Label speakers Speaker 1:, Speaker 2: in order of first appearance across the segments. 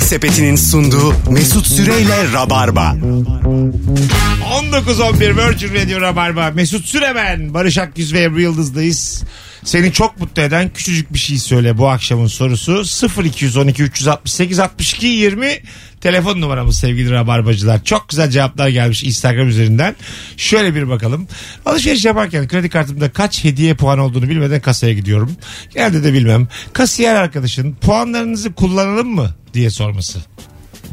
Speaker 1: Sepeti'nin sunduğu Mesut Süreyle Rabarba.
Speaker 2: 19.11 Virgin Radio Rabarba. Mesut Süremen, Barış Akgüz ve Ebru Yıldız'dayız. Seni çok mutlu eden küçücük bir şey söyle bu akşamın sorusu. 0212 368 62 20 telefon numaramız sevgili Rabarbacılar. Çok güzel cevaplar gelmiş Instagram üzerinden. Şöyle bir bakalım. Alışveriş yaparken kredi kartımda kaç hediye puan olduğunu bilmeden kasaya gidiyorum. Genelde de bilmem. Kasiyer arkadaşın puanlarınızı kullanalım mı diye sorması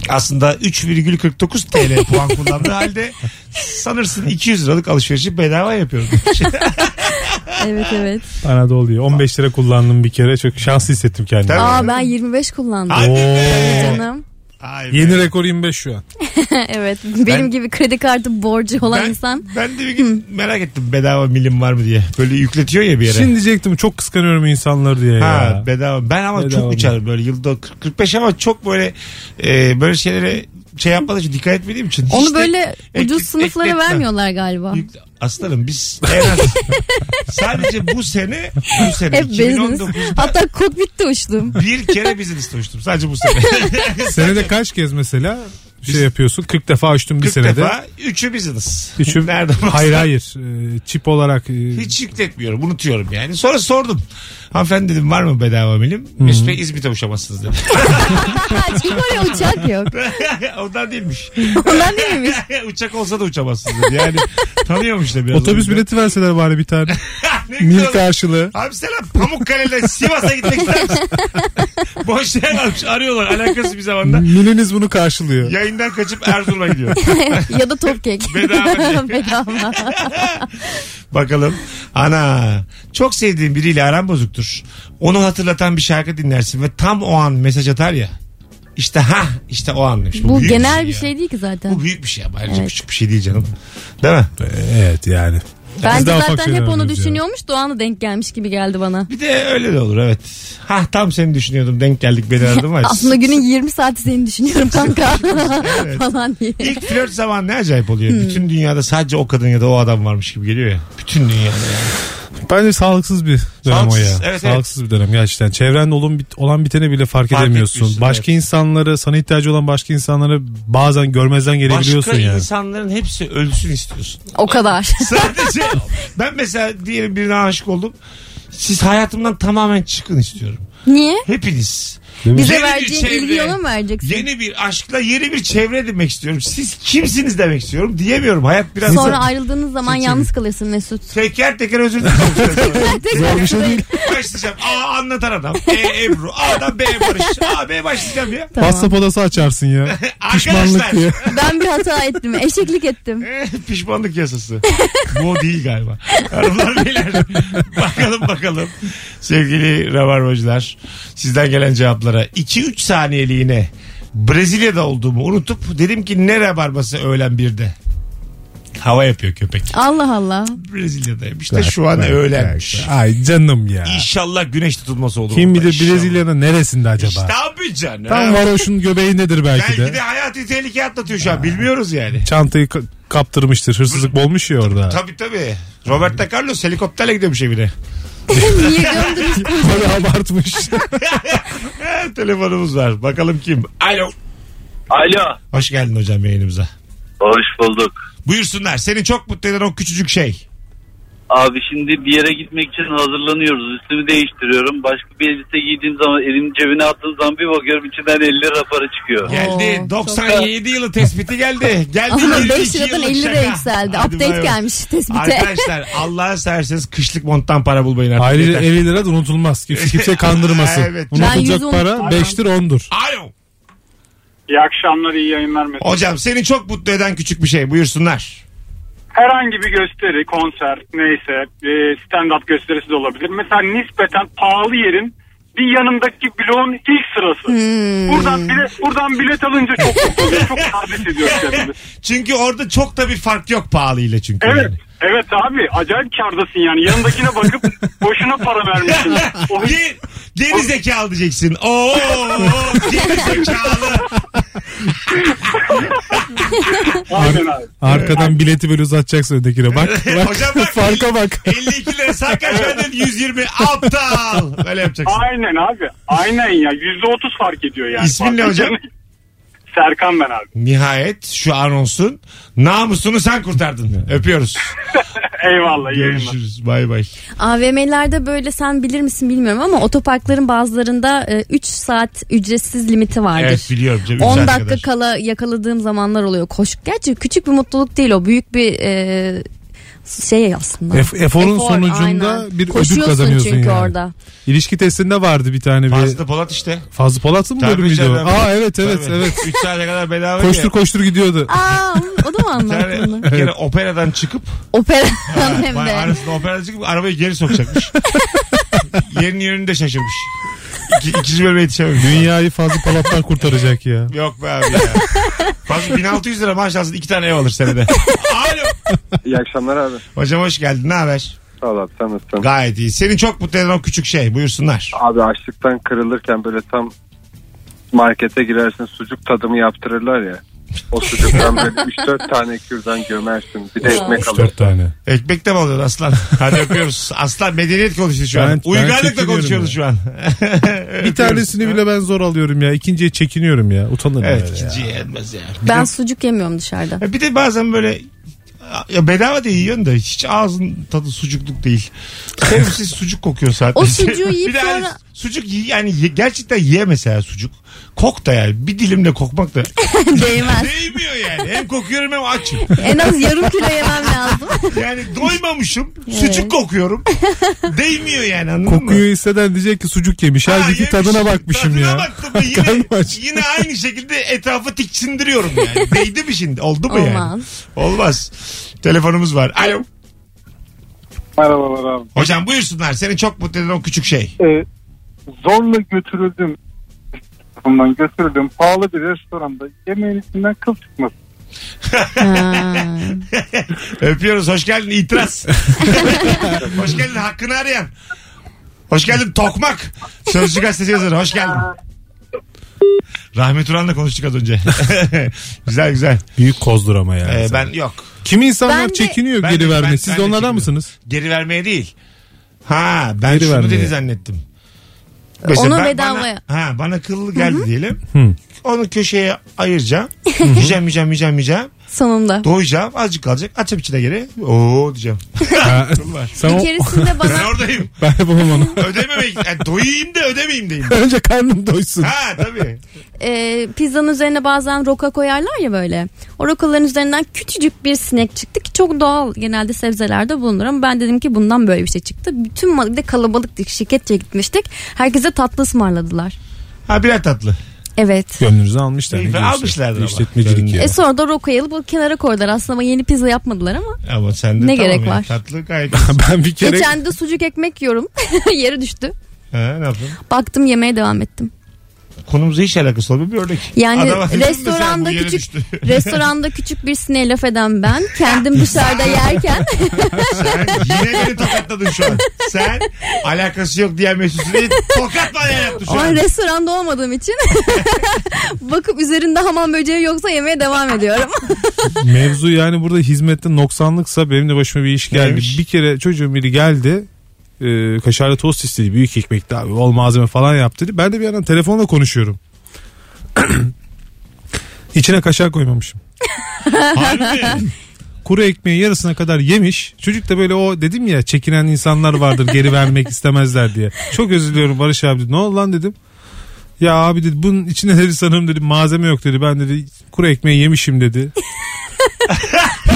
Speaker 2: aslında 3,49 TL puan kullandığı halde sanırsın 200 liralık alışverişi bedava yapıyorum.
Speaker 3: Evet evet.
Speaker 4: Bana da oluyor. 15 lira kullandım bir kere. Çok şanslı hissettim kendimi.
Speaker 2: Tabii.
Speaker 3: Aa ben 25 kullandım.
Speaker 2: Hadi
Speaker 4: Oo.
Speaker 3: Canım.
Speaker 2: Ay be.
Speaker 4: Yeni rekor 25 şu an.
Speaker 3: evet. Benim
Speaker 2: Ben-
Speaker 3: gibi kredi kartı borcu olan
Speaker 2: ben,
Speaker 3: insan.
Speaker 2: ben de bir gün merak ettim bedava milim var mı diye. Böyle yükletiyor ya bir yere.
Speaker 4: Şimdi diyecektim çok kıskanıyorum insanları diye
Speaker 2: Ha
Speaker 4: ya.
Speaker 2: bedava. Ben ama
Speaker 4: Bedava
Speaker 2: çok
Speaker 4: mı?
Speaker 2: uçarım böyle yılda 40 45 ama çok böyle e, böyle şeylere şey yapmadığım için dikkat etmediğim için. hiç
Speaker 3: Onu
Speaker 2: de-
Speaker 3: böyle
Speaker 2: ek-
Speaker 3: ucuz sınıflara
Speaker 2: ekletmem.
Speaker 3: vermiyorlar galiba.
Speaker 2: Yük- Aslanım biz en az sadece bu sene bu sene
Speaker 3: Hep business.
Speaker 2: 2019'da
Speaker 3: Hatta kokpitte uçtum.
Speaker 2: bir kere business tanıştım sadece bu sene.
Speaker 4: Senede kaç kez mesela şey yapıyorsun? 40 defa açtım bir
Speaker 2: 40
Speaker 4: senede.
Speaker 2: defa üçü biziniz.
Speaker 4: Üçü-
Speaker 2: Nereden baksan
Speaker 4: Hayır hayır. Ee, çip olarak e,
Speaker 2: Hiç yükletmiyorum unutuyorum yani. Sonra sordum. Hanımefendi dedim var mı bedava milim? Mesut Bey İzmit'e uçamazsınız dedi.
Speaker 3: Çünkü oraya uçak yok.
Speaker 2: Ondan değilmiş.
Speaker 3: Ondan değil miymiş?
Speaker 2: Uçak olsa da uçamazsınız dedi. Yani tanıyormuş da biraz.
Speaker 4: otobüs
Speaker 2: önce.
Speaker 4: bileti verseler bari bir tane.
Speaker 2: Ne
Speaker 4: Mil
Speaker 2: güzel olur.
Speaker 4: karşılığı.
Speaker 2: Abi selam Pamukkale'den Sivas'a gitmek ister misin? Boş yer varmış arıyorlar alakası bir
Speaker 4: Hmm.
Speaker 2: zamanda.
Speaker 4: Miliniz bunu karşılıyor.
Speaker 2: Yayından kaçıp Erzurum'a gidiyor.
Speaker 3: ya da top kek.
Speaker 2: Bedava.
Speaker 3: Bedava.
Speaker 2: Bakalım. Ana çok sevdiğin biriyle aran bozuktur. Onu hatırlatan bir şarkı dinlersin ve tam o an mesaj atar ya. İşte ha işte o an demiş.
Speaker 3: Bu
Speaker 2: büyük
Speaker 3: genel bir
Speaker 2: ya.
Speaker 3: şey değil ki zaten.
Speaker 2: Bu büyük bir şey ama ayrıca
Speaker 3: Evet.
Speaker 2: küçük bir şey değil canım. Değil mi?
Speaker 4: Evet yani.
Speaker 3: Bence
Speaker 4: Biz daha ufak
Speaker 3: zaten
Speaker 4: şeyler
Speaker 3: hep onu
Speaker 4: arıyoruz ya.
Speaker 3: düşünüyormuş da o anda denk gelmiş gibi geldi bana.
Speaker 2: Bir de öyle de olur evet. Ha tam seni düşünüyordum denk geldik beni aradın var.
Speaker 3: Aslında günün 20 saati seni düşünüyorum kanka falan diye.
Speaker 2: İlk flört zamanı ne acayip oluyor.
Speaker 3: Hmm.
Speaker 2: Bütün dünyada sadece o kadın ya da o adam varmış gibi geliyor ya. Bütün dünyada yani.
Speaker 4: Bence sağlıksız bir dönem
Speaker 2: Sağlıksız,
Speaker 4: o ya.
Speaker 2: evet, evet.
Speaker 4: sağlıksız bir dönem gerçekten. Çevrende olan, bit- olan bitene bile fark,
Speaker 2: Fark etmiyorsun,
Speaker 4: edemiyorsun. Başka insanları, sana ihtiyacı olan başka insanları bazen görmezden gelebiliyorsun
Speaker 2: Başka
Speaker 4: yani.
Speaker 2: insanların hepsi ölsün istiyorsun.
Speaker 3: O kadar.
Speaker 2: Sadece ben mesela diyelim birine aşık oldum. Siz hayatımdan tamamen çıkın istiyorum.
Speaker 3: Niye?
Speaker 2: Hepiniz.
Speaker 3: Bize
Speaker 2: Yeni bir şey
Speaker 3: vereceğin
Speaker 2: çevre,
Speaker 3: ilgiyi ona mı vereceksin?
Speaker 2: Yeni bir aşkla yeni bir çevre demek istiyorum. Siz kimsiniz demek istiyorum. Diyemiyorum. Hayat biraz
Speaker 3: Sonra ayrıldığınız zaman yalnız kalırsın Mesut.
Speaker 2: teker teker özür dilerim.
Speaker 4: Zor bir şey değil.
Speaker 2: başlayacağım. A anlatan adam. E Ebru. A'dan B Barış. A B başlayacağım ya.
Speaker 3: Tamam.
Speaker 4: WhatsApp odası açarsın ya.
Speaker 2: Arkadaşlar.
Speaker 4: Pişmanlık diye.
Speaker 3: Ben bir hata ettim. Eşeklik ettim.
Speaker 2: Eh, Pişmanlık yasası. Bu o değil galiba. Hanımlar beyler. bakalım bakalım. Sevgili rabarbacılar. Sizden gelen cevaplara 2-3 saniyeliğine Brezilya'da olduğumu unutup dedim ki ne rabarbası öğlen birde. Hava yapıyor köpek.
Speaker 3: Allah Allah.
Speaker 2: Brezilya'dayım. İşte şu an öğlenmiş.
Speaker 4: Ay canım ya.
Speaker 2: İnşallah güneş tutulması olur.
Speaker 4: Kim
Speaker 2: orada.
Speaker 4: bilir
Speaker 2: İnşallah.
Speaker 4: Brezilya'nın neresinde acaba?
Speaker 2: İşte abi canım.
Speaker 4: Tam varoşun göbeğindedir belki
Speaker 2: Belki de
Speaker 4: de.
Speaker 2: hayati tehlike atlatıyor şu an. Bilmiyoruz yani.
Speaker 4: Çantayı ka- kaptırmıştır. Hırsızlık olmuş ya orada.
Speaker 2: Tabii tabii. Robert De Carlos helikopterle gidiyormuş evine.
Speaker 3: Niye gömdünüz?
Speaker 4: Böyle abartmış.
Speaker 2: Evet, Eh, Telefonumuz var. Bakalım kim? Alo.
Speaker 5: Alo.
Speaker 2: Hoş geldin hocam yayınımıza.
Speaker 5: Hoş bulduk.
Speaker 2: Buyursunlar. Seni çok mutlu eden o küçücük şey.
Speaker 5: Abi şimdi bir yere gitmek için hazırlanıyoruz. Üstümü değiştiriyorum. Başka bir elbise giydiğim zaman elimi cebine attığım zaman bir bakıyorum içinden 50 lira para çıkıyor.
Speaker 2: Geldi.
Speaker 3: Oo,
Speaker 2: 97 yılı tespiti geldi. Geldi.
Speaker 3: Ama
Speaker 2: 22
Speaker 3: 5 liradan
Speaker 2: yıllık
Speaker 3: 50 lira
Speaker 2: şaka.
Speaker 3: yükseldi.
Speaker 2: Hadi bay
Speaker 3: Update
Speaker 2: bay.
Speaker 3: gelmiş tespite.
Speaker 2: Arkadaşlar Allah'a severseniz kışlık monttan para bulmayın artık.
Speaker 4: Ayrıca
Speaker 2: Yeter.
Speaker 4: 50 lira da unutulmaz. Kimse, kimse kandırmasın.
Speaker 2: Evet.
Speaker 3: Ben
Speaker 4: Unutulacak
Speaker 3: 110
Speaker 4: para 5'tir 10'dur.
Speaker 2: Alo.
Speaker 6: İyi akşamlar, iyi yayınlar Mesut.
Speaker 2: Hocam seni çok mutlu eden küçük bir şey. Buyursunlar.
Speaker 6: Herhangi bir gösteri, konser, neyse e, stand-up gösterisi de olabilir. Mesela nispeten pahalı yerin bir yanındaki bloğun ilk sırası.
Speaker 2: Hmm.
Speaker 6: Buradan, bilet, buradan bilet alınca çok mutlu oluyor, çok tabi ediyor kendimi.
Speaker 2: Çünkü orada çok da bir fark yok pahalıyla çünkü.
Speaker 6: Evet.
Speaker 2: yani.
Speaker 6: Evet abi acayip kardasın yani yanındakine bakıp boşuna para vermişsin. O hiç-
Speaker 2: Ge- geri zekalı diyeceksin. Oo, geri zekalı.
Speaker 6: aynen abi.
Speaker 4: Arkadan bileti böyle uzatacaksın öndekine. Bak bak.
Speaker 2: Hocam bak.
Speaker 4: farka bak.
Speaker 2: 52 lira sen kaç verdin? 120 aptal. Böyle yapacaksın.
Speaker 6: Aynen abi. Aynen ya. Yüzde otuz fark ediyor yani.
Speaker 2: İsmin ne
Speaker 6: Fark
Speaker 2: hocam?
Speaker 6: ediyor. Serkan ben abi.
Speaker 2: Nihayet şu anonsun namusunu sen kurtardın. Öpüyoruz.
Speaker 6: Eyvallah. iyi yayınlar.
Speaker 2: Görüşürüz. Bay bay.
Speaker 3: AVM'lerde böyle sen bilir misin bilmiyorum ama otoparkların bazılarında 3 saat ücretsiz limiti vardır.
Speaker 2: Evet biliyorum. Üç
Speaker 3: 10
Speaker 2: saate
Speaker 3: dakika
Speaker 2: kadar.
Speaker 3: kala yakaladığım zamanlar oluyor koşup. Gerçi küçük bir mutluluk değil o. Büyük bir e, şey aslında.
Speaker 4: Ef- eforun
Speaker 3: Efor,
Speaker 4: sonucunda
Speaker 3: aynen.
Speaker 4: bir ödül
Speaker 3: Koşuyorsun
Speaker 4: kazanıyorsun
Speaker 3: çünkü
Speaker 4: yani.
Speaker 3: orada.
Speaker 4: İlişki testinde vardı bir tane bir.
Speaker 2: Fazlı Polat işte.
Speaker 4: Fazlı Polat'ın mı
Speaker 2: Tabii
Speaker 4: bölümüydü o?
Speaker 2: canım.
Speaker 4: Aa evet evet
Speaker 2: Tabii.
Speaker 4: evet.
Speaker 2: Üç saate kadar bedava
Speaker 4: Koştur
Speaker 2: ya.
Speaker 4: koştur gidiyordu.
Speaker 3: Aa o da mı
Speaker 2: Yani
Speaker 3: anlattın?
Speaker 2: bir kere operadan çıkıp
Speaker 3: Opera
Speaker 2: Hem
Speaker 3: hem de.
Speaker 2: Arasında operadan çıkıp arabayı geri sokacakmış. Yerini yerini de şaşırmış. İki, ikinci bölüme yetişememiş.
Speaker 4: Dünyayı Fazlı Polat'tan kurtaracak ya.
Speaker 2: Yok be abi ya. Fazla 1600 lira maaş alsın iki tane ev alır senede. Alo.
Speaker 7: İyi akşamlar abi.
Speaker 2: Hocam hoş geldin. Ne haber?
Speaker 7: Sağ ol abi sen nasılsın?
Speaker 2: Gayet iyi. Seni çok mutlu eden o küçük şey. Buyursunlar.
Speaker 7: Abi açlıktan kırılırken böyle tam markete girersin sucuk tadımı yaptırırlar ya. O sucuktan böyle 3-4 tane kürdan gömersin. Bir de ekmek alırsın.
Speaker 4: 3-4 tane.
Speaker 2: Ekmek de mi alıyorsun aslan? Hadi öpüyoruz. Aslan medeniyet konuştu şu an.
Speaker 4: Ben- ben
Speaker 2: Uygarlıkla
Speaker 4: çekiniyorum
Speaker 2: konuşuyoruz
Speaker 4: ya.
Speaker 2: şu an.
Speaker 4: Bir tanesini bile ben zor alıyorum ya. İkinciye çekiniyorum ya. Utanırım
Speaker 2: Evet
Speaker 4: öyle ya.
Speaker 2: ikinciye yenmez ya.
Speaker 3: Ben sucuk yemiyorum dışarıda.
Speaker 2: Ya Bir de bazen böyle ya bedava da yiyorsun da hiç ağzın tadı sucukluk değil. Sevimsiz sucuk kokuyor zaten.
Speaker 3: O sucuğu yiyip
Speaker 2: bir de hani
Speaker 3: sonra-
Speaker 2: sucuk yi- yani ye- gerçekten ye mesela sucuk. Kok da yani bir dilimle kokmak da
Speaker 3: Değmez.
Speaker 2: değmiyor yani. Hem kokuyorum hem açım.
Speaker 3: En az yarım kilo yemem lazım.
Speaker 2: Yani doymamışım.
Speaker 3: Evet.
Speaker 2: Sucuk kokuyorum. Değmiyor yani anladın mı?
Speaker 4: Kokuyu hisseden diyecek ki sucuk yemiş.
Speaker 2: Ha,
Speaker 4: Halbuki
Speaker 2: yemiş.
Speaker 4: tadına bakmışım
Speaker 2: Tadına
Speaker 4: ya.
Speaker 2: baktım da
Speaker 4: Karnım
Speaker 2: yine,
Speaker 4: aç.
Speaker 2: yine aynı şekilde etrafı tiksindiriyorum yani. Değdi mi şimdi? Oldu mu yani?
Speaker 3: Olmaz.
Speaker 2: Olmaz. Telefonumuz var. Alo.
Speaker 6: Merhabalar abi.
Speaker 2: Hocam buyursunlar. Seni çok mutlu eden o küçük şey.
Speaker 6: e, zorla götürüldüm bundan götürüldüm pahalı bir restoranda yemeğin içinden kıl çıkması.
Speaker 3: Ha.
Speaker 2: Öpüyoruz. Hoş geldin itiraz. Hoş geldin hakkını arayan. Hoş geldin Tokmak. Sözcü gazetesi yazarı. Hoş geldin. Rahmet Uran'la konuştuk az önce. güzel güzel.
Speaker 4: Büyük kozdur ama ya.
Speaker 2: Ee, ben yok.
Speaker 4: Kim insanlar
Speaker 3: Ben de-
Speaker 4: çekiniyor
Speaker 2: Ben de-
Speaker 4: geri
Speaker 2: ben-
Speaker 4: vermeye. Siz
Speaker 2: ben
Speaker 4: de
Speaker 2: de
Speaker 4: onlardan
Speaker 2: çekiniyorum.
Speaker 4: mısınız?
Speaker 2: Geri vermeye değil. Ha ben
Speaker 4: Geri
Speaker 2: şunu
Speaker 4: vermeye.
Speaker 2: dedi zannettim.
Speaker 3: Onu
Speaker 2: ben-
Speaker 3: bedavaya.
Speaker 2: Bana, ha bana kıllı geldi diyelim.
Speaker 4: Hı.
Speaker 2: Onu köşeye ayıracağım. yiyeceğim yiyeceğim yiyeceğim yiyeceğim.
Speaker 3: Sonunda.
Speaker 2: Doyacağım azıcık kalacak. Açıp içine geri. Oo diyeceğim.
Speaker 4: Ha,
Speaker 2: Var.
Speaker 4: Sen
Speaker 3: Bir
Speaker 4: o,
Speaker 3: keresinde
Speaker 2: Ben
Speaker 3: bana
Speaker 2: oradayım.
Speaker 4: ben yapamam onu.
Speaker 2: Ödememek. Yani doyayım da ödemeyeyim deyim.
Speaker 4: Önce karnım doysun.
Speaker 2: Ha tabii.
Speaker 3: e, pizzanın üzerine bazen roka koyarlar ya böyle. O rokaların üzerinden küçücük bir sinek çıktı ki çok doğal genelde sebzelerde bulunur ama ben dedim ki bundan böyle bir şey çıktı. Bütün mal- bir de kalabalıktık şirketçe gitmiştik. Herkese tatlı ısmarladılar.
Speaker 2: Ha birer tatlı.
Speaker 3: Evet.
Speaker 4: Gönlünüzü almışlar. ne
Speaker 2: Keyfi
Speaker 4: diyorsun?
Speaker 2: almışlardır ama.
Speaker 4: İşletmecilik ya.
Speaker 3: E sonra da rokayı alıp o kenara koydular. Aslında ama yeni pizza yapmadılar ama.
Speaker 2: Ama sende
Speaker 3: Ne
Speaker 2: tamam
Speaker 3: gerek
Speaker 2: ya.
Speaker 3: var?
Speaker 2: Tatlı gayet.
Speaker 4: ben bir kere
Speaker 3: Geçen de sucuk ekmek yiyorum. Yere düştü.
Speaker 2: ha, ne yaptın?
Speaker 3: Baktım yemeğe devam ettim.
Speaker 2: Konumuzla hiç alakası olan bir örnek.
Speaker 3: Yani
Speaker 2: Adama dedim mesela,
Speaker 3: restoranda
Speaker 2: bu yere
Speaker 3: küçük
Speaker 2: düştü.
Speaker 3: restoranda küçük bir sineğe laf eden ben kendim dışarıda yerken
Speaker 2: Sen yine beni tokatladın şu an. Sen alakası yok diyen Mesut Süreyi tokat bana yaptı şu
Speaker 3: o
Speaker 2: an.
Speaker 3: an restoranda olmadığım için bakıp üzerinde hamam böceği yoksa yemeğe devam ediyorum.
Speaker 4: Mevzu yani burada hizmette noksanlıksa benim de başıma bir iş geldi.
Speaker 2: Neymiş?
Speaker 4: Bir kere çocuğun biri geldi. E, kaşarlı tost istedi. Büyük ekmekti abi. Bol malzeme falan yaptı dedi. Ben de bir yandan telefonla konuşuyorum. İçine kaşar koymamışım.
Speaker 2: Harbi.
Speaker 4: Kuru ekmeğin yarısına kadar yemiş. Çocuk da böyle o dedim ya çekinen insanlar vardır geri vermek istemezler diye. Çok özür diliyorum Barış abi dedi. Ne oldu lan dedim. Ya abi dedi bunun içine dedi sanırım dedi malzeme yok dedi. Ben dedi kuru ekmeği yemişim dedi.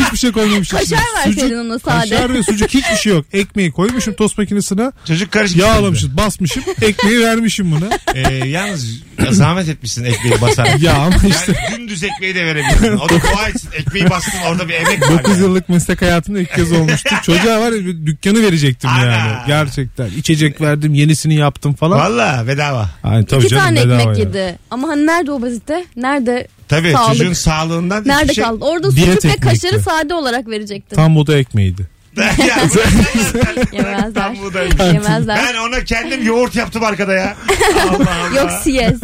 Speaker 4: Hiçbir şey koymamışım.
Speaker 3: Kaşar verseydin ona sade.
Speaker 4: Kaşar ve sucuk hiçbir şey yok. Ekmeği koymuşum tost makinesine.
Speaker 2: Çocuk karışmış.
Speaker 4: Yağlamışım, basmışım. Ekmeği vermişim buna.
Speaker 2: Ee, yalnız ya zahmet etmişsin ekmeği basar.
Speaker 4: Ya ama işte
Speaker 2: Yani dümdüz ekmeği de verebilirdin. O da dua etsin. Ekmeği bastın orada bir emek var.
Speaker 4: 9
Speaker 2: yani.
Speaker 4: yıllık meslek hayatımda ilk kez olmuştu. Çocuğa var ya bir dükkanı verecektim
Speaker 2: Ana.
Speaker 4: yani. Gerçekten. İçecek verdim, yenisini yaptım falan.
Speaker 2: Valla bedava.
Speaker 4: Hani tabii
Speaker 3: İki
Speaker 4: canım,
Speaker 3: tane
Speaker 4: bedava
Speaker 3: ekmek
Speaker 4: yani.
Speaker 3: yedi. Ama hani nerede o basite? Nerede?
Speaker 2: Tabii
Speaker 3: Sağlık.
Speaker 2: çocuğun sağlığından hiçbir
Speaker 3: Nerede
Speaker 2: şey...
Speaker 3: kaldı? Orada
Speaker 4: Diyet
Speaker 3: sucuk ve
Speaker 4: ekmekti.
Speaker 3: kaşarı sade olarak verecektin.
Speaker 4: Tam bu da ekmeğiydi.
Speaker 2: Ya bırak-
Speaker 3: Yemezler.
Speaker 2: Tam bu da-
Speaker 3: Yemezler.
Speaker 2: ben ona kendim yoğurt yaptım arkada ya. Allah Allah.
Speaker 3: Yok siyes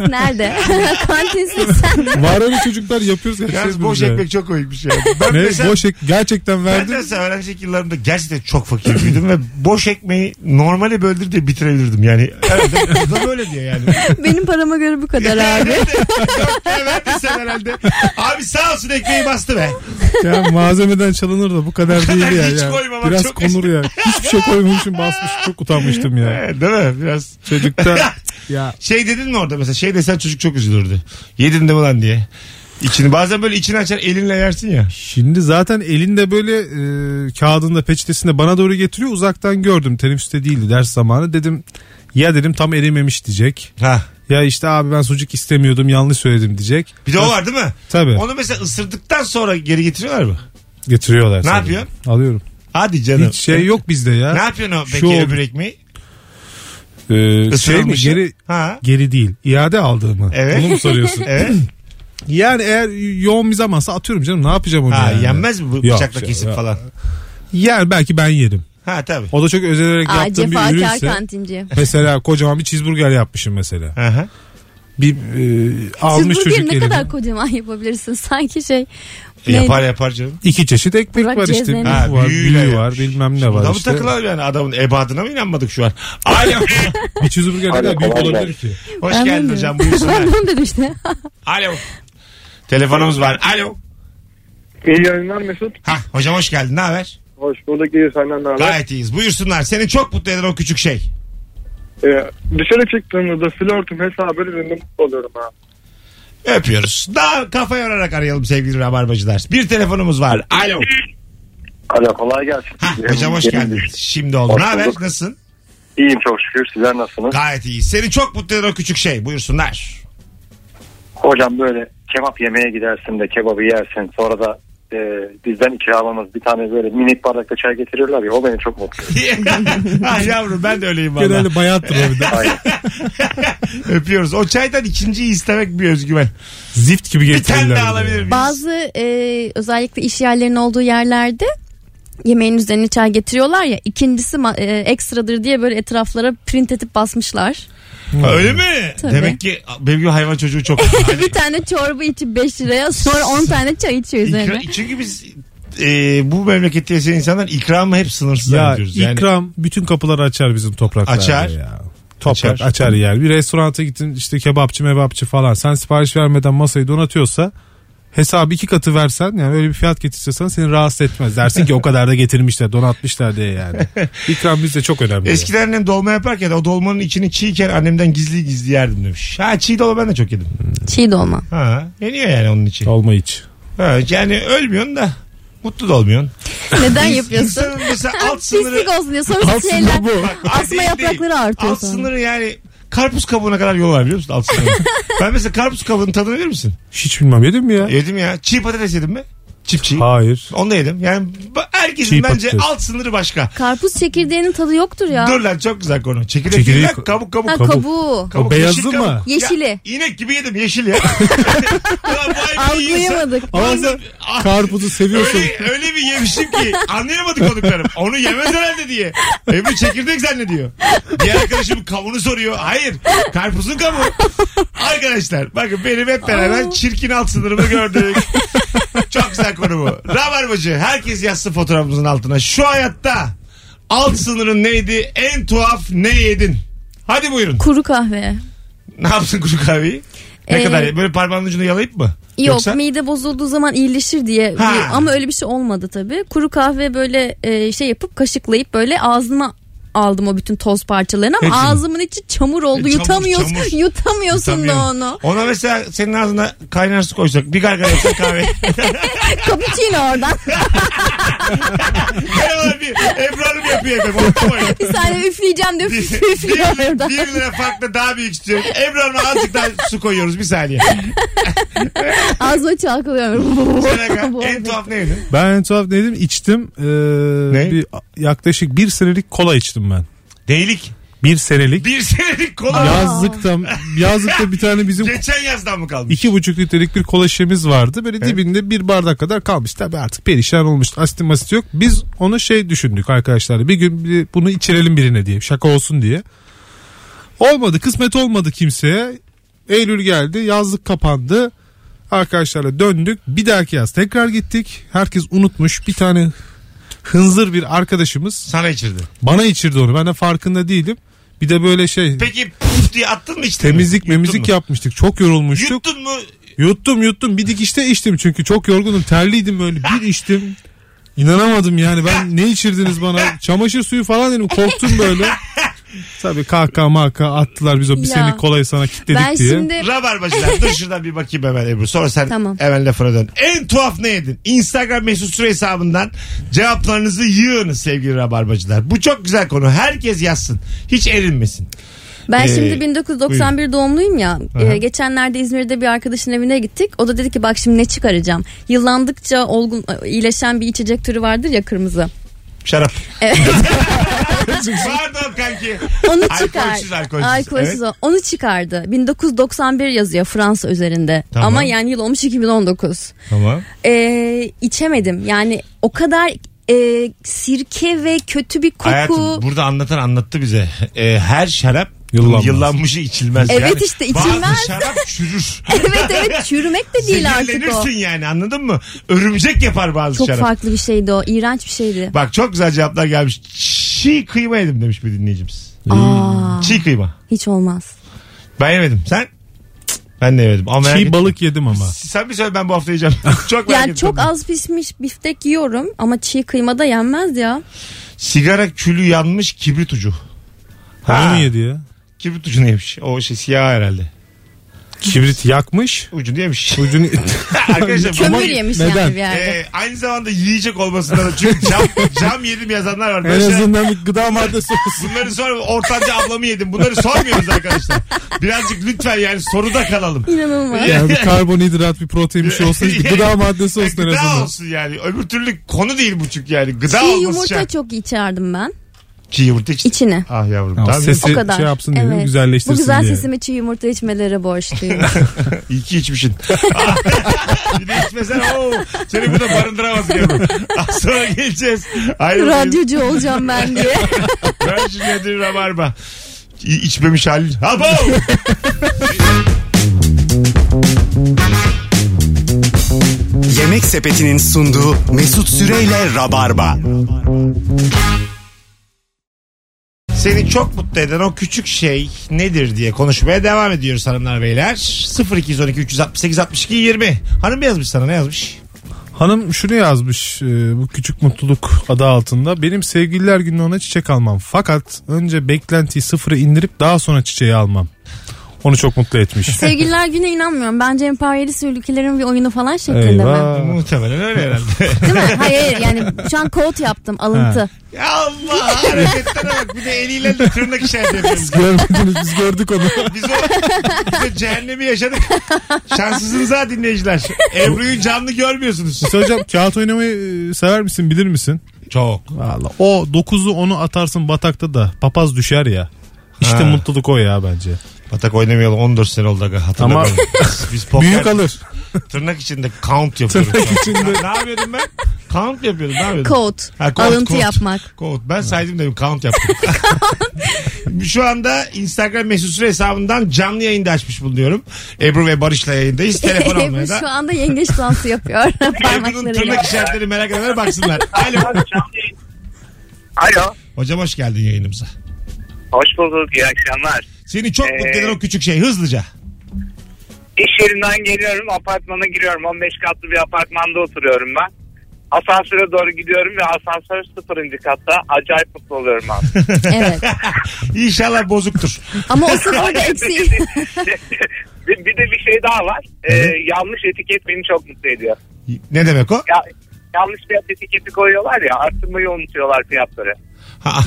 Speaker 3: nerede? Kantinsiz sen.
Speaker 4: Var öyle çocuklar yapıyoruz.
Speaker 2: Yalnız
Speaker 4: gerçekten
Speaker 2: boş
Speaker 4: ya.
Speaker 2: ekmek çok koymuş ya. Ben
Speaker 4: Şey Ne?
Speaker 2: mesela,
Speaker 4: boş ek gerçekten
Speaker 2: ben
Speaker 4: verdin.
Speaker 2: de mesela öğrencilik yıllarımda gerçekten çok fakir büyüdüm ve boş ekmeği normale böldür diye bitirebilirdim yani. Evet, o da böyle diyor yani.
Speaker 3: Benim parama göre bu kadar abi.
Speaker 2: Dört lira verdin sen herhalde. Abi sağ olsun ekmeği bastı be.
Speaker 4: Ya malzemeden çalınır da bu kadar değil ya.
Speaker 2: Hiç
Speaker 4: ya.
Speaker 2: koymamak
Speaker 4: Biraz
Speaker 2: çok-
Speaker 4: konur ya. Hiçbir şey koymamışım basmış. Çok utanmıştım ya.
Speaker 2: Evet, Değil mi? Biraz
Speaker 4: Çocukta ya
Speaker 2: Şey dedin mi orada mesela şey desen çocuk çok üzülürdü. Yedin de mi lan diye. İçini bazen böyle içini açar elinle yersin ya.
Speaker 4: Şimdi zaten elinde böyle e, kağıdında peçetesinde bana doğru getiriyor. Uzaktan gördüm. Teneffüste değildi ders zamanı. Dedim ya dedim tam erimemiş diyecek.
Speaker 2: Ha.
Speaker 4: Ya işte abi ben sucuk istemiyordum yanlış söyledim diyecek.
Speaker 2: Bir de o var değil mi?
Speaker 4: Tabii
Speaker 2: Onu mesela ısırdıktan sonra geri getiriyorlar mı?
Speaker 4: getiriyorlar. sonra.
Speaker 2: yapıyorsun?
Speaker 4: Alıyorum.
Speaker 2: Hadi canım.
Speaker 4: Hiç şey yok bizde ya.
Speaker 2: Ne yapıyorsun o peki
Speaker 4: Şu
Speaker 2: öbür ekmeği?
Speaker 4: Ee, şey mi
Speaker 2: Isırılmış.
Speaker 4: geri
Speaker 2: Ha.
Speaker 4: geri değil. İade aldığımı.
Speaker 2: Evet.
Speaker 4: Onu mu soruyorsun?
Speaker 2: Evet.
Speaker 4: yani eğer yoğun bir zamansa atıyorum canım. Ne yapacağım onu
Speaker 2: Ha,
Speaker 4: yani?
Speaker 2: yenmez mi bu
Speaker 4: Yok,
Speaker 2: bıçakla
Speaker 4: şey,
Speaker 2: kesip
Speaker 4: yok.
Speaker 2: falan?
Speaker 4: Yer belki ben yerim.
Speaker 2: Ha tabii.
Speaker 4: O da çok özenerek
Speaker 3: Aa,
Speaker 4: yaptığım bir
Speaker 3: cefakar
Speaker 4: ürünse.
Speaker 3: kantinci.
Speaker 4: Mesela kocaman bir cheeseburger yapmışım mesela.
Speaker 2: Aha.
Speaker 4: Bir e, almış
Speaker 3: Siz burgeri
Speaker 4: çocuk
Speaker 3: ne
Speaker 4: eline.
Speaker 3: kadar kocaman yapabilirsin sanki şey.
Speaker 2: Yapar yapar canım.
Speaker 4: İki çeşit ekmek
Speaker 3: Burak
Speaker 4: var işte.
Speaker 3: Cezve'nin.
Speaker 4: Bir
Speaker 2: Ha,
Speaker 4: var,
Speaker 2: büyüğüyle
Speaker 4: büyüğü var,
Speaker 2: yapmış.
Speaker 4: bilmem ne
Speaker 2: Buna
Speaker 4: var
Speaker 2: mı
Speaker 4: işte.
Speaker 2: takılalım yani adamın ebadına mı inanmadık şu an? Alo.
Speaker 4: Bir cheeseburger ne kadar büyük
Speaker 7: Alo, kolay
Speaker 4: olabilir ki?
Speaker 2: Hoş
Speaker 3: Ben
Speaker 2: geldin
Speaker 3: bilmiyorum.
Speaker 2: hocam buyursunlar.
Speaker 3: Ben bunu dedim işte.
Speaker 2: Alo. Telefonumuz var. Alo.
Speaker 7: İyi yayınlar Mesut.
Speaker 2: Ha hocam hoş geldin. Ne haber?
Speaker 7: Hoş bulduk. İyi senden de haber.
Speaker 2: Gayet iyiyiz. Buyursunlar. Seni çok mutlu eden o küçük şey.
Speaker 7: Ee, dışarı çıktığımızda flörtüm hesabı üzerinde mutlu oluyorum ha.
Speaker 2: Öpüyoruz. Daha kafa yorarak arayalım sevgili rabarbacılar. Bir telefonumuz var. Alo.
Speaker 7: Alo kolay gelsin.
Speaker 2: Ha, hocam hoş geldin. Şimdi oldu.
Speaker 7: Hoş
Speaker 2: Ne haber?
Speaker 7: bulduk.
Speaker 2: Nasılsın?
Speaker 7: İyiyim çok şükür. Sizler nasılsınız?
Speaker 2: Gayet iyi. Seni çok mutlu eden o küçük şey. Buyursunlar.
Speaker 7: Hocam böyle kebap yemeye gidersin de kebabı yersin. Sonra da e, bizden ikiramımız bir tane böyle minik bardakta çay getiriyorlar ya o beni çok mutlu.
Speaker 2: ah yavrum ben de öyleyim valla.
Speaker 4: Genelde bayattır o bir de.
Speaker 7: Aynen.
Speaker 2: Öpüyoruz. O çaydan ikinciyi istemek bir özgüven.
Speaker 4: Zift gibi
Speaker 2: Bir
Speaker 4: getirirler.
Speaker 2: tane daha
Speaker 4: bir de.
Speaker 2: alabilir miyiz?
Speaker 3: Bazı e, özellikle iş yerlerinin olduğu yerlerde yemeğin üzerine çay getiriyorlar ya ikincisi ma- e, ekstradır diye böyle etraflara print etip basmışlar.
Speaker 2: Ha, Öyle mi?
Speaker 3: Tabii.
Speaker 2: Demek ki benim gibi hayvan çocuğu çok.
Speaker 3: bir tane çorba içip 5 liraya sonra 10 tane çay içiyor üzerine.
Speaker 2: İkra- çünkü biz e, bu memlekette yaşayan insanlar ikramı hep sınırsız
Speaker 4: Ya
Speaker 2: diyoruz. Yani,
Speaker 4: ikram bütün kapıları açar bizim topraklarda
Speaker 2: Açar.
Speaker 4: ya. Toprak
Speaker 2: Açar.
Speaker 4: açar, yer. Bir restoranta gittin işte kebapçı mebapçı falan. Sen sipariş vermeden masayı donatıyorsa hesabı iki katı versen yani öyle bir fiyat getirse sana seni rahatsız etmez. Dersin ki o kadar da getirmişler donatmışlar diye yani. İkram bizde çok önemli.
Speaker 2: Eskiden annem dolma yaparken o dolmanın içini çiğken annemden gizli gizli yerdim demiş. Ha çiğ dolma ben de çok yedim.
Speaker 3: Çiğ dolma.
Speaker 2: Ha yeniyor yani onun için.
Speaker 4: Olma hiç.
Speaker 2: Ha, yani ölmüyorsun da mutlu da olmuyorsun.
Speaker 3: Neden yapıyorsun?
Speaker 2: İnsanın mesela alt sınırı...
Speaker 3: Pislik olsun diye sonra şeyler
Speaker 2: Ay, değil,
Speaker 3: asma yaprakları
Speaker 2: değil.
Speaker 3: artıyor
Speaker 2: Alt
Speaker 3: sonra.
Speaker 2: sınırı yani karpuz kabuğuna kadar yol var biliyor musun alt sınırı? ben mesela karpuz kabuğunun tadını bilir misin?
Speaker 4: Hiç bilmem yedim mi ya?
Speaker 2: Yedim ya. Çiğ patates yedim mi? Çip çiğ.
Speaker 4: Hayır.
Speaker 2: Onu da yedim. Yani ba- herkesin
Speaker 4: Çiğ
Speaker 2: bence
Speaker 4: patates.
Speaker 2: alt sınırı başka.
Speaker 3: Karpuz çekirdeğinin tadı yoktur ya.
Speaker 2: Dur lan çok güzel konu. Çekirdek
Speaker 4: Çekirdeği-
Speaker 2: değil lan, kabuk kabuk.
Speaker 3: ha
Speaker 4: kabuk.
Speaker 3: kabuğu.
Speaker 2: Kabuk,
Speaker 4: O beyazı
Speaker 2: yeşil
Speaker 4: mı?
Speaker 2: kabuk. Ya,
Speaker 3: Yeşili.
Speaker 2: inek gibi yedim yeşil ya. Ulan bu ay bir ah, insan-
Speaker 3: Algılayamadık.
Speaker 4: Ama sen karpuzu seviyorsun.
Speaker 2: Öyle, öyle bir yemişim ki anlayamadık olduklarım. Onu yemez herhalde diye. Ebru çekirdek zannediyor. Diğer arkadaşım kabuğunu soruyor. Hayır. Karpuzun kabuğu. Arkadaşlar bakın benim hep beraber çirkin alt sınırımı gördük. Çok güzel konu bu. Rabarbacı herkes yazsın fotoğrafımızın altına. Şu hayatta alt sınırın neydi? En tuhaf ne yedin? Hadi buyurun.
Speaker 3: Kuru kahve.
Speaker 2: Ne yaptın kuru kahveyi? Ne
Speaker 3: Ee,
Speaker 2: kadar? Böyle parmağının ucunu yalayıp mı?
Speaker 3: Yok
Speaker 2: Yoksa-
Speaker 3: mide bozulduğu zaman iyileşir diye
Speaker 2: Ha.
Speaker 3: bir- ama öyle bir şey olmadı tabii. Kuru kahve böyle e, şey yapıp kaşıklayıp böyle ağzıma aldım o bütün toz parçalarını ama
Speaker 2: Hepsini.
Speaker 3: ağzımın içi çamur oldu.
Speaker 2: E, çamur,
Speaker 3: Yutamıyorsun.
Speaker 2: çamur.
Speaker 3: Yutamıyorsun da
Speaker 2: Yutamıyorum.
Speaker 3: onu.
Speaker 2: Ona mesela senin ağzına kaynar su koysak bir gargara yapsak kahve.
Speaker 3: Cappuccino oradan.
Speaker 2: Merhaba bir Ebru Hanım yapıyor efendim. Unutmayın.
Speaker 3: bir saniye üfleyeceğim de
Speaker 2: Bir,
Speaker 3: üf-
Speaker 2: bir,
Speaker 3: üflüyor oradan.
Speaker 2: bir lira farklı daha büyük istiyorum. Ebru Hanım'a azıcık daha su koyuyoruz bir saniye.
Speaker 3: Ağzıma çalkalıyorum.
Speaker 2: Sana kadar
Speaker 3: Bu
Speaker 2: en
Speaker 3: arada.
Speaker 2: tuhaf neydi?
Speaker 4: Ben en tuhaf dedim içtim. Ee,
Speaker 2: Ne?
Speaker 4: Bir, yaklaşık bir senelik kola içtim ben.
Speaker 2: Değilik.
Speaker 4: Bir senelik.
Speaker 2: Bir senelik kola.
Speaker 4: Yazlıkta, yazlıkta bir tane bizim
Speaker 2: Geçen yazdan mı kalmış?
Speaker 4: iki buçuk litrelik bir kola şişemiz vardı. Böyle dibinde bir bardak kadar kalmış. Tabii artık perişan olmuş. Asit masit yok. Biz onu şey düşündük arkadaşlar. Bir gün bir- bunu içirelim birine diye. Şaka olsun diye. Olmadı. Kısmet olmadı kimseye. Eylül geldi. Yazlık kapandı. Arkadaşlarla döndük. Bir dahaki yaz tekrar gittik. Herkes unutmuş. Bir tane hınzır bir arkadaşımız
Speaker 2: Sana içirdi.
Speaker 4: bana içirdi onu. Ben de farkında değilim. Bir de böyle şey
Speaker 2: Peki puf diye attın mı içtin
Speaker 4: temizlik
Speaker 2: mi? Yuttun
Speaker 4: memizlik
Speaker 2: mu?
Speaker 4: yapmıştık. Çok yorulmuştuk.
Speaker 2: Yuttun mu?
Speaker 4: Yuttum yuttum bir dikişte içtim çünkü çok yorgunum terliydim böyle bir içtim. İnanamadım yani ben ne içirdiniz bana çamaşır suyu falan dedim korktum böyle. Tabii kahkaha mahkaha attılar biz o bir
Speaker 3: Ya.
Speaker 4: senelik kolayı sana kilitledik
Speaker 3: Ben
Speaker 4: diye.
Speaker 3: şimdi
Speaker 2: Rabarbacılar dur şuradan bir bakayım hemen Ebru. Sonra sen
Speaker 3: Tamam.
Speaker 2: hemen lafına dön. En tuhaf ne yedin? Instagram mesut süre hesabından cevaplarınızı yığınız sevgili Rabarbacılar. Bu çok güzel konu. Herkes yazsın. Hiç erinmesin.
Speaker 3: Ben
Speaker 2: Ee,
Speaker 3: şimdi 1991 doğumluyum ya. Ee, geçenlerde İzmir'de bir arkadaşın evine gittik. O da dedi ki bak şimdi ne çıkaracağım. Yıllandıkça olgun e, iyileşen bir içecek türü vardır ya kırmızı.
Speaker 2: Şarap. Pardon kanki.
Speaker 3: Onu
Speaker 2: Alkolsüz,
Speaker 3: çıkar.
Speaker 2: alkolsüz. Evet.
Speaker 3: o. Onu çıkardı. 1991 yazıyor Fransa üzerinde.
Speaker 2: Tamam.
Speaker 3: Ama yani yıl olmuş 2019.
Speaker 2: Tamam.
Speaker 3: Ee, içemedim. Yani o kadar e, sirke ve kötü bir koku.
Speaker 2: Hayatım burada anlatan anlattı bize. Ee, her şarap
Speaker 4: Yıllanmaz.
Speaker 2: yıllanmışı içilmez.
Speaker 3: Evet
Speaker 2: Yani
Speaker 3: işte, içilmez.
Speaker 2: Bazı şarap çürür.
Speaker 3: evet evet çürümek de değil artık o.
Speaker 2: Zehirlenirsin yani anladın mı? Örümcek yapar bazı
Speaker 3: Çok
Speaker 2: şarap.
Speaker 3: farklı bir şeydi o. İğrenç bir şeydi.
Speaker 2: Bak çok güzel cevaplar gelmiş. Çiğ kıyma yedim demiş bir dinleyicimiz.
Speaker 3: Aa,
Speaker 2: Çiğ kıyma.
Speaker 3: hiç olmaz.
Speaker 2: Ben yemedim. Sen? Ben de yemedim. Ama merak
Speaker 4: Çiğ
Speaker 2: ettim.
Speaker 4: balık yedim ama.
Speaker 2: Sen bir söyle ben bu hafta yiyeceğim. çok merak
Speaker 3: Yani
Speaker 2: ettim.
Speaker 3: çok az pişmiş biftek yiyorum ama çiğ kıyma da yenmez ya.
Speaker 2: Sigara külü yanmış kibrit ucu.
Speaker 4: Onu mu yedi ya?
Speaker 2: Kibrit ucunu yemiş. O şey siyah herhalde.
Speaker 4: Kibrit yakmış.
Speaker 2: Ucunu yemiş.
Speaker 4: Ucunu...
Speaker 2: Arkadaşlar
Speaker 3: Kömür
Speaker 2: ama-
Speaker 3: yemiş
Speaker 4: neden?
Speaker 3: yani bir yerde.
Speaker 2: Ee, aynı zamanda yiyecek olmasından da çünkü cam, cam yedim yazanlar var.
Speaker 4: en
Speaker 2: Böyle şeyler-
Speaker 4: azından bir gıda maddesi olsun.
Speaker 2: Bunları sor ortanca ablamı yedim. Bunları sormuyoruz arkadaşlar. Birazcık lütfen yani soruda kalalım.
Speaker 3: İnanılmaz.
Speaker 4: Yani bir karbonhidrat bir protein bir şey olsun. Bir gıda maddesi olsun en
Speaker 2: Gıda
Speaker 4: azından.
Speaker 2: olsun yani. Öbür türlü konu değil bu çünkü yani. Gıda
Speaker 3: Çiğ
Speaker 2: olması
Speaker 3: yumurta
Speaker 2: şart.
Speaker 3: çok içerdim ben.
Speaker 2: Çiğ yumurta işte.
Speaker 3: İçini.
Speaker 2: Ah yavrum.
Speaker 4: Ama
Speaker 2: Tamam.
Speaker 4: sesi
Speaker 3: O kadar.
Speaker 4: şey yapsın diye
Speaker 3: Evet.
Speaker 4: güzelleştirsin
Speaker 3: Bu güzel
Speaker 4: diye.
Speaker 3: sesimi çiğ yumurta içmelere borçluyum.
Speaker 2: İyi ki içmişsin. bir de içmesen o seni burada barındıramaz yavrum. Az sonra geleceğiz. Ayrılmayın.
Speaker 3: Radyocu olacağım ben diye.
Speaker 2: Ben şimdi nedir rabarba. İ- İçmemiş halin. Abo!
Speaker 1: Yemek Sepeti'nin sunduğu Mesut Süreyle Rabarba.
Speaker 2: Seni çok mutlu eden o küçük şey nedir diye konuşmaya devam ediyoruz hanımlar beyler. 0212 368 62 20. Hanım yazmış sana ne yazmış?
Speaker 4: Hanım şunu yazmış e, bu küçük mutluluk adı altında. Benim sevgililer günü ona çiçek almam. Fakat önce beklentiyi sıfıra indirip daha sonra çiçeği almam. Onu çok mutlu etmiş.
Speaker 3: Sevgililer güne inanmıyorum. Bence emperyalist ülkelerin bir oyunu falan şeklinde mi?
Speaker 4: Eyvah.
Speaker 2: Muhtemelen öyle herhalde.
Speaker 3: Değil mi? Hayır hayır yani şu an kod yaptım alıntı.
Speaker 2: Ya Allah hareketlere bak bir de eliyle de tırnak işareti yapıyoruz.
Speaker 4: Görmediniz biz gördük onu.
Speaker 2: Biz o biz o cehennemi yaşadık. Şanssızınız ha dinleyiciler. Ebru'yu canlı görmüyorsunuz.
Speaker 4: Mesela hocam kağıt oynamayı e, sever misin bilir misin?
Speaker 2: Çok.
Speaker 4: Valla o 9'u onu atarsın batakta da papaz düşer ya. İşte
Speaker 2: Ha.
Speaker 4: mutluluk o ya bence.
Speaker 2: Batak oynamayalım 14 sene oldu. aga, Hatırlamıyorum. Biz, biz poker-
Speaker 4: Büyük alır.
Speaker 2: Tırnak içinde count yapıyorum.
Speaker 4: Tırnak
Speaker 2: şu an.
Speaker 4: içinde.
Speaker 2: Ne yapıyordum ben? Count yapıyordum. Ne yapıyordum?
Speaker 3: Kod.
Speaker 2: Ha, kod,
Speaker 3: Alıntı
Speaker 2: kod.
Speaker 3: yapmak.
Speaker 2: Kod. Ben saydım dedim count yaptım. Şu anda Instagram mesut süre hesabından canlı yayında açmış bulunuyorum. Ebru ve Barış'la yayındayız. Telefon almaya
Speaker 3: Ebru şu
Speaker 2: da.
Speaker 3: anda yengeç dansı yapıyor
Speaker 2: Ebru'nun
Speaker 3: parmaklarıyla.
Speaker 2: tırnak işaretleri merak edenler baksınlar. Alo.
Speaker 8: Alo.
Speaker 2: Hocam hoş geldin yayınımıza.
Speaker 8: Hoş bulduk. iyi akşamlar.
Speaker 2: Seni çok
Speaker 8: Ee,
Speaker 2: mutlu eden o küçük şey hızlıca.
Speaker 8: İş yerinden geliyorum. Apartmana giriyorum. 15 katlı bir apartmanda oturuyorum ben. Asansöre doğru gidiyorum ve asansör sıfırıncı katta. Acayip mutlu oluyorum abi.
Speaker 3: evet.
Speaker 2: İnşallah bozuktur.
Speaker 3: Ama o sıfır da eksik.
Speaker 8: bir, bir de bir şey daha var. Ee, yanlış etiket beni çok mutlu ediyor.
Speaker 2: Ne demek o?
Speaker 8: Ya, yanlış fiyat etiketi koyuyorlar ya arttırmayı unutuyorlar fiyatları.
Speaker 2: Ha.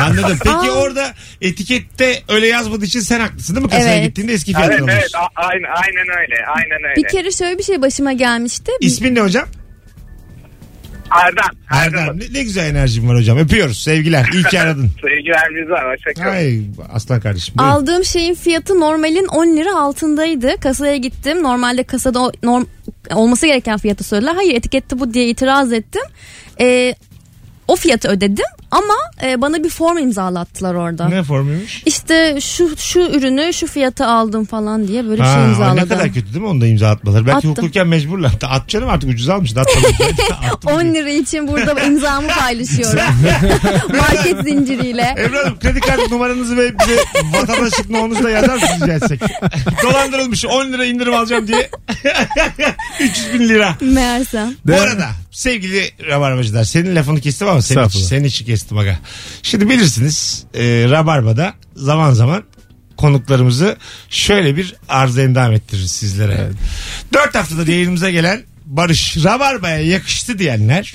Speaker 2: Anladım. Peki
Speaker 3: Aa.
Speaker 2: orada etikette öyle yazmadığı için sen haklısın değil mi? Kasaya
Speaker 3: Evet.
Speaker 2: gittiğinde eski fiyatlar
Speaker 8: Evet
Speaker 2: olmuş.
Speaker 8: evet a- aynen, aynen öyle aynen öyle.
Speaker 3: Bir kere şöyle bir şey başıma gelmişti.
Speaker 2: İsmin ne hocam?
Speaker 8: Erdem.
Speaker 2: Erdem ne, ne güzel enerjim var hocam. Öpüyoruz. Sevgiler. İyi ki aradın.
Speaker 8: Sevgilerimiz var. Hoşçakalın.
Speaker 2: Ay aslan kardeşim. buyurun.
Speaker 3: Aldığım şeyin fiyatı normalin 10 lira altındaydı. Kasaya gittim. Normalde kasada o- norm, olması gereken fiyatı söylediler. Hayır etikette bu diye itiraz ettim. Ee, o fiyatı ödedim ama e, bana bir form imzalattılar orada.
Speaker 2: Ne formuymuş?
Speaker 3: İşte şu şu ürünü şu fiyata aldım falan diye böyle bir şey
Speaker 2: Ha,
Speaker 3: imzaladım.
Speaker 2: ne kadar kötü değil mi onda imza atmaları? Belki
Speaker 3: Attım.
Speaker 2: hukuken mecburlar. At canım artık ucuz almış. Atmadım. şey.
Speaker 3: 10 lira için burada imzamı paylaşıyorum. Market zinciriyle.
Speaker 2: Emre Hanım kredi kartı numaranızı ve bize vatandaşlık numaranızı da yazar mısınız rica etsek? Dolandırılmış 10 lira indirim alacağım diye. 300 bin lira.
Speaker 3: Meğersem.
Speaker 2: Bu arada sevgili Rabarbacılar senin lafını kestim ama senin,
Speaker 4: Estağfurullah.
Speaker 2: senin için kestim aga. Şimdi bilirsiniz e, Rabarba'da zaman zaman konuklarımızı şöyle bir arıza endam ettiririz sizlere. Dört haftada yayınımıza gelen Barış Rabarba'ya yakıştı diyenler,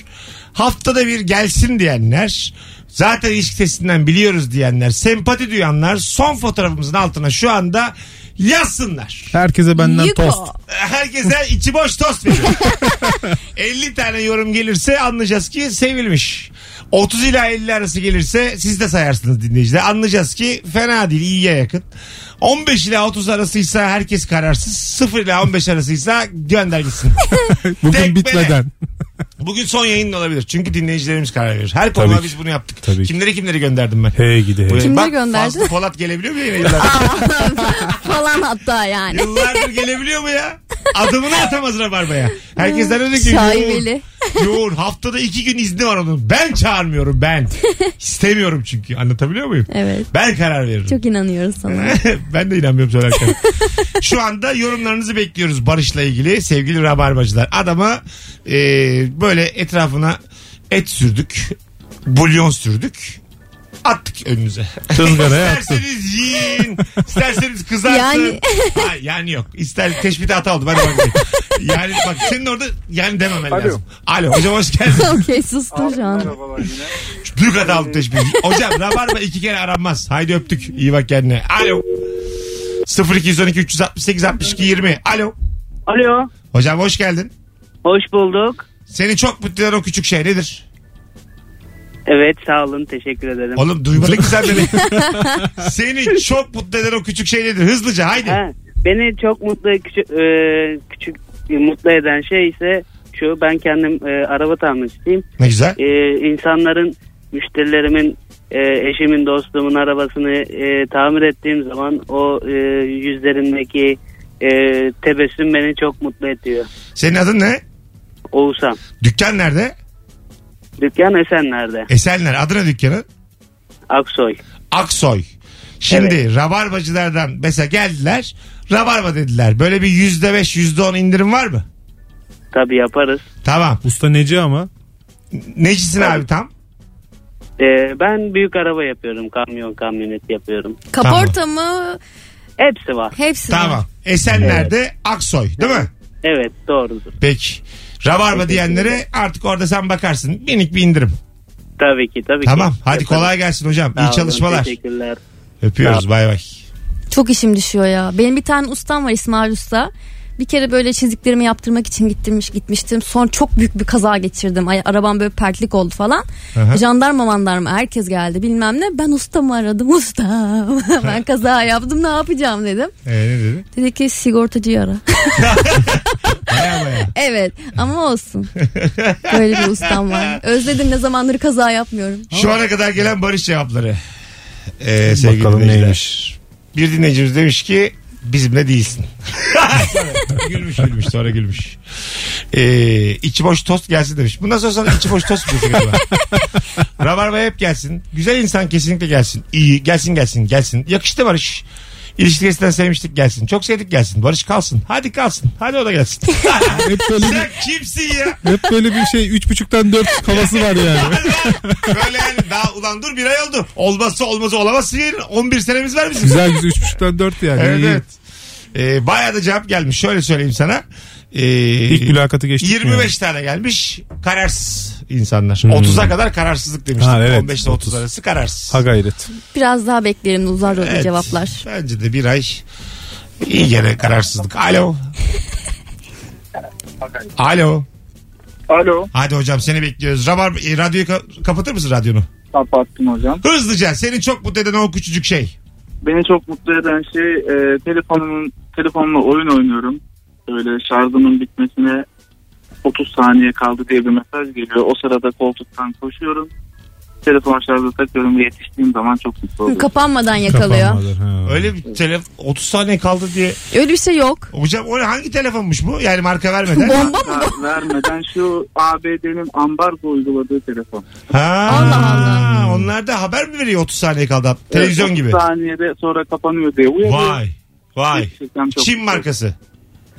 Speaker 2: haftada bir gelsin diyenler, zaten ilişki testinden biliyoruz diyenler, sempati duyanlar son fotoğrafımızın altına şu anda yazsınlar.
Speaker 4: Herkese benden
Speaker 3: Yuko.
Speaker 4: tost.
Speaker 2: Herkese içi boş tost veriyor. 50 tane yorum gelirse anlayacağız ki sevilmiş. 30 ila 50 arası gelirse siz de sayarsınız dinleyiciler. Anlayacağız ki fena değil iyiye yakın. 15 ila 30 arasıysa herkes kararsız. 0 ila 15 arasıysa gönder gitsin.
Speaker 4: Bugün
Speaker 2: Tekmele.
Speaker 4: bitmeden.
Speaker 2: Bugün son yayın olabilir. Çünkü dinleyicilerimiz karar verir. Her konuda
Speaker 4: ki.
Speaker 2: biz bunu yaptık.
Speaker 4: Tabii ki.
Speaker 2: kimleri kimleri gönderdim ben.
Speaker 4: Hey gidi hey.
Speaker 2: Bak,
Speaker 3: Kimleri gönderdin?
Speaker 2: Fazlı Polat gelebiliyor mu yine yıllardır?
Speaker 3: falan hatta yani.
Speaker 2: Yıllardır gelebiliyor mu ya? Adımını atamaz Rabarba'ya. Herkesten öyle ki
Speaker 3: Şaibeli.
Speaker 2: yoğun, yoğun. Haftada iki gün izni var onun. Ben çağırmıyorum ben. İstemiyorum çünkü. Anlatabiliyor muyum?
Speaker 3: Evet.
Speaker 2: Ben karar veririm.
Speaker 3: Çok inanıyoruz sana.
Speaker 2: ben de inanmıyorum söylerken. Şu anda yorumlarınızı bekliyoruz Barış'la ilgili sevgili rabarbacılar. Adama e, böyle etrafına et sürdük. Bulyon sürdük. Attık önünüze.
Speaker 4: Tızgaraya attık.
Speaker 2: İsterseniz yiyin. isterseniz kızartın. Yani.
Speaker 3: Yani.
Speaker 2: Hayır, yani yok. İster teşbite hata oldu. Ben de bakmayayım. Yani bak senin orada yani dememen
Speaker 7: Alo.
Speaker 2: lazım. Alo hocam hoş geldin.
Speaker 3: Okey sustum şu an.
Speaker 7: Merhabalar yine.
Speaker 2: Büyük hata aldık teşbih. Hocam rabarba iki kere aranmaz. Haydi öptük. İyi bak kendine. Alo. 0212 368 62 20. Alo.
Speaker 9: Alo.
Speaker 2: Hocam hoş geldin.
Speaker 9: Hoş bulduk.
Speaker 2: Seni çok mutlu eden o küçük şey nedir?
Speaker 9: Evet sağ olun teşekkür ederim.
Speaker 2: Oğlum duymadık mı sen beni? Seni çok mutlu eden o küçük şey nedir? Hızlıca haydi.
Speaker 9: Ha, beni çok mutlu küçük, e, küçük e, mutlu eden şey ise şu ben kendim e, araba tamircisiyim.
Speaker 2: Ne güzel.
Speaker 9: E, insanların müşterilerimin e, eşimin dostumun arabasını e, tamir ettiğim zaman o e, yüzlerindeki e, tebessüm beni çok mutlu ediyor.
Speaker 2: Senin adın ne?
Speaker 9: Oğuzhan.
Speaker 2: Dükkan nerede?
Speaker 9: Dükkan Esenler'de.
Speaker 2: Esenler. Adına dükkanı?
Speaker 9: Aksoy.
Speaker 2: Aksoy. Şimdi rabarbacılardan mesela geldiler. Rabarba dediler. Böyle bir yüzde beş yüzde on indirim var mı?
Speaker 9: Tabii yaparız.
Speaker 2: Tamam.
Speaker 4: Usta neci ama.
Speaker 2: Necisin abi tam?
Speaker 9: E, ben büyük araba yapıyorum. Kamyon kamyonet yapıyorum.
Speaker 3: Kaporta mı?
Speaker 9: Hepsi var.
Speaker 3: Hepsi.
Speaker 2: Tamam. Esenler'de Aksoy değil mi?
Speaker 9: Evet doğrudur.
Speaker 2: Peki. Rabarba diyenlere artık orada sen bakarsın. Minik bir indirim.
Speaker 9: Tabii ki tabii ki.
Speaker 2: Tamam. Hadi
Speaker 9: Yaparım.
Speaker 2: kolay gelsin hocam.
Speaker 9: Sağ
Speaker 2: İyi
Speaker 9: olun,
Speaker 2: çalışmalar.
Speaker 9: Teşekkürler.
Speaker 2: Öpüyoruz. Bay bay.
Speaker 3: Çok işim düşüyor ya. Benim bir tane ustam var İsmail Usta. Bir kere böyle çiziklerimi yaptırmak için gitmiş gitmiştim. Son çok büyük bir kaza geçirdim. Ay, arabam böyle pertlik oldu falan.
Speaker 2: Aha.
Speaker 3: Jandarma mandarma herkes geldi bilmem ne. Ben ustamı aradım ustam. ben kaza yaptım ne yapacağım dedim.
Speaker 2: Ee, ne dedi?
Speaker 3: Dedi ki sigortacıyı ara.
Speaker 2: Baya baya.
Speaker 3: evet ama olsun. Böyle bir ustam var. Özledim ne zamandır kaza yapmıyorum.
Speaker 2: Şu ana kadar gelen barış cevapları. Ee, sevgili
Speaker 4: Bakalım
Speaker 2: dinleyiciler.
Speaker 4: neymiş.
Speaker 2: Bir dinleyicimiz demiş ki bizimle değilsin. Sonra gülmüş gülmüş sonra gülmüş. Ee, içi boş tost gelsin demiş. Bundan sonra sana içi boş tost yapıyorsun galiba. Rabarba hep gelsin. Güzel insan kesinlikle gelsin. İyi gelsin gelsin gelsin. Yakıştı Barış. İlişkisinden sevmiştik gelsin. Çok sevdik gelsin. Barış kalsın. Hadi kalsın. Hadi o da gelsin.
Speaker 4: Hep böyle bir,
Speaker 2: Sen kimsin ya?
Speaker 4: hep böyle bir şey 3.5'ten 4 havası var yani.
Speaker 2: Böyle yani daha ulan dur bir ay oldu. Olmazsa olmazı olamazsın. yani. 11 senemiz var bizim.
Speaker 4: Güzel güzel 3.5'ten 4 yani.
Speaker 2: Evet,
Speaker 4: İyi.
Speaker 2: evet. Ee, bayağı da cevap gelmiş. Şöyle söyleyeyim sana. Ee,
Speaker 4: İlk mülakatı geçtik. mi
Speaker 2: 25 tane gelmiş. Kararsız insanlar. 30'a kadar kararsızlık demiştik.
Speaker 4: Hmm. Ha, evet.
Speaker 2: 15 ile 30
Speaker 4: 30
Speaker 2: arası kararsız.
Speaker 4: Ha gayret.
Speaker 3: Biraz daha beklerim uzar yolda cevaplar.
Speaker 2: Bence de bir ay iyi gene kararsızlık. Alo. Alo.
Speaker 6: Alo.
Speaker 2: Hadi hocam seni bekliyoruz. Rabar, e, radyoyu ka- kapatır mısın radyonu?
Speaker 6: Kapattım hocam.
Speaker 2: Hızlıca seni çok mutlu eden o küçücük şey.
Speaker 6: Beni çok mutlu eden şey e, telefonumun telefonla oyun oynuyorum. Böyle şarjımın bitmesine 30 saniye kaldı diye bir mesaj geliyor. O sırada koltuktan koşuyorum. Telefon şarjı takıyorum ve yetiştiğim zaman çok mutlu
Speaker 3: Hı,
Speaker 6: oluyorum.
Speaker 3: Kapanmadan yakalıyor.
Speaker 4: Kapanmadır, ha.
Speaker 2: Öyle bir telefon 30 saniye kaldı diye.
Speaker 3: Öyle bir şey yok.
Speaker 2: Hocam o ne- hangi telefonmuş bu? Yani marka vermeden.
Speaker 3: Bomba mı?
Speaker 6: Hatta vermeden şu ABD'nin ambargo uyguladığı telefon.
Speaker 2: ha,
Speaker 3: Allah
Speaker 2: Allah. Onlar da haber mi veriyor 30 saniye kaldı? Televizyon
Speaker 6: Evet,
Speaker 2: gibi.
Speaker 6: 30 saniyede sonra kapanıyor diye uyarıyor.
Speaker 2: Vay. Vay.
Speaker 6: Gerçekten çok
Speaker 2: Çin
Speaker 6: mutlu.
Speaker 2: markası.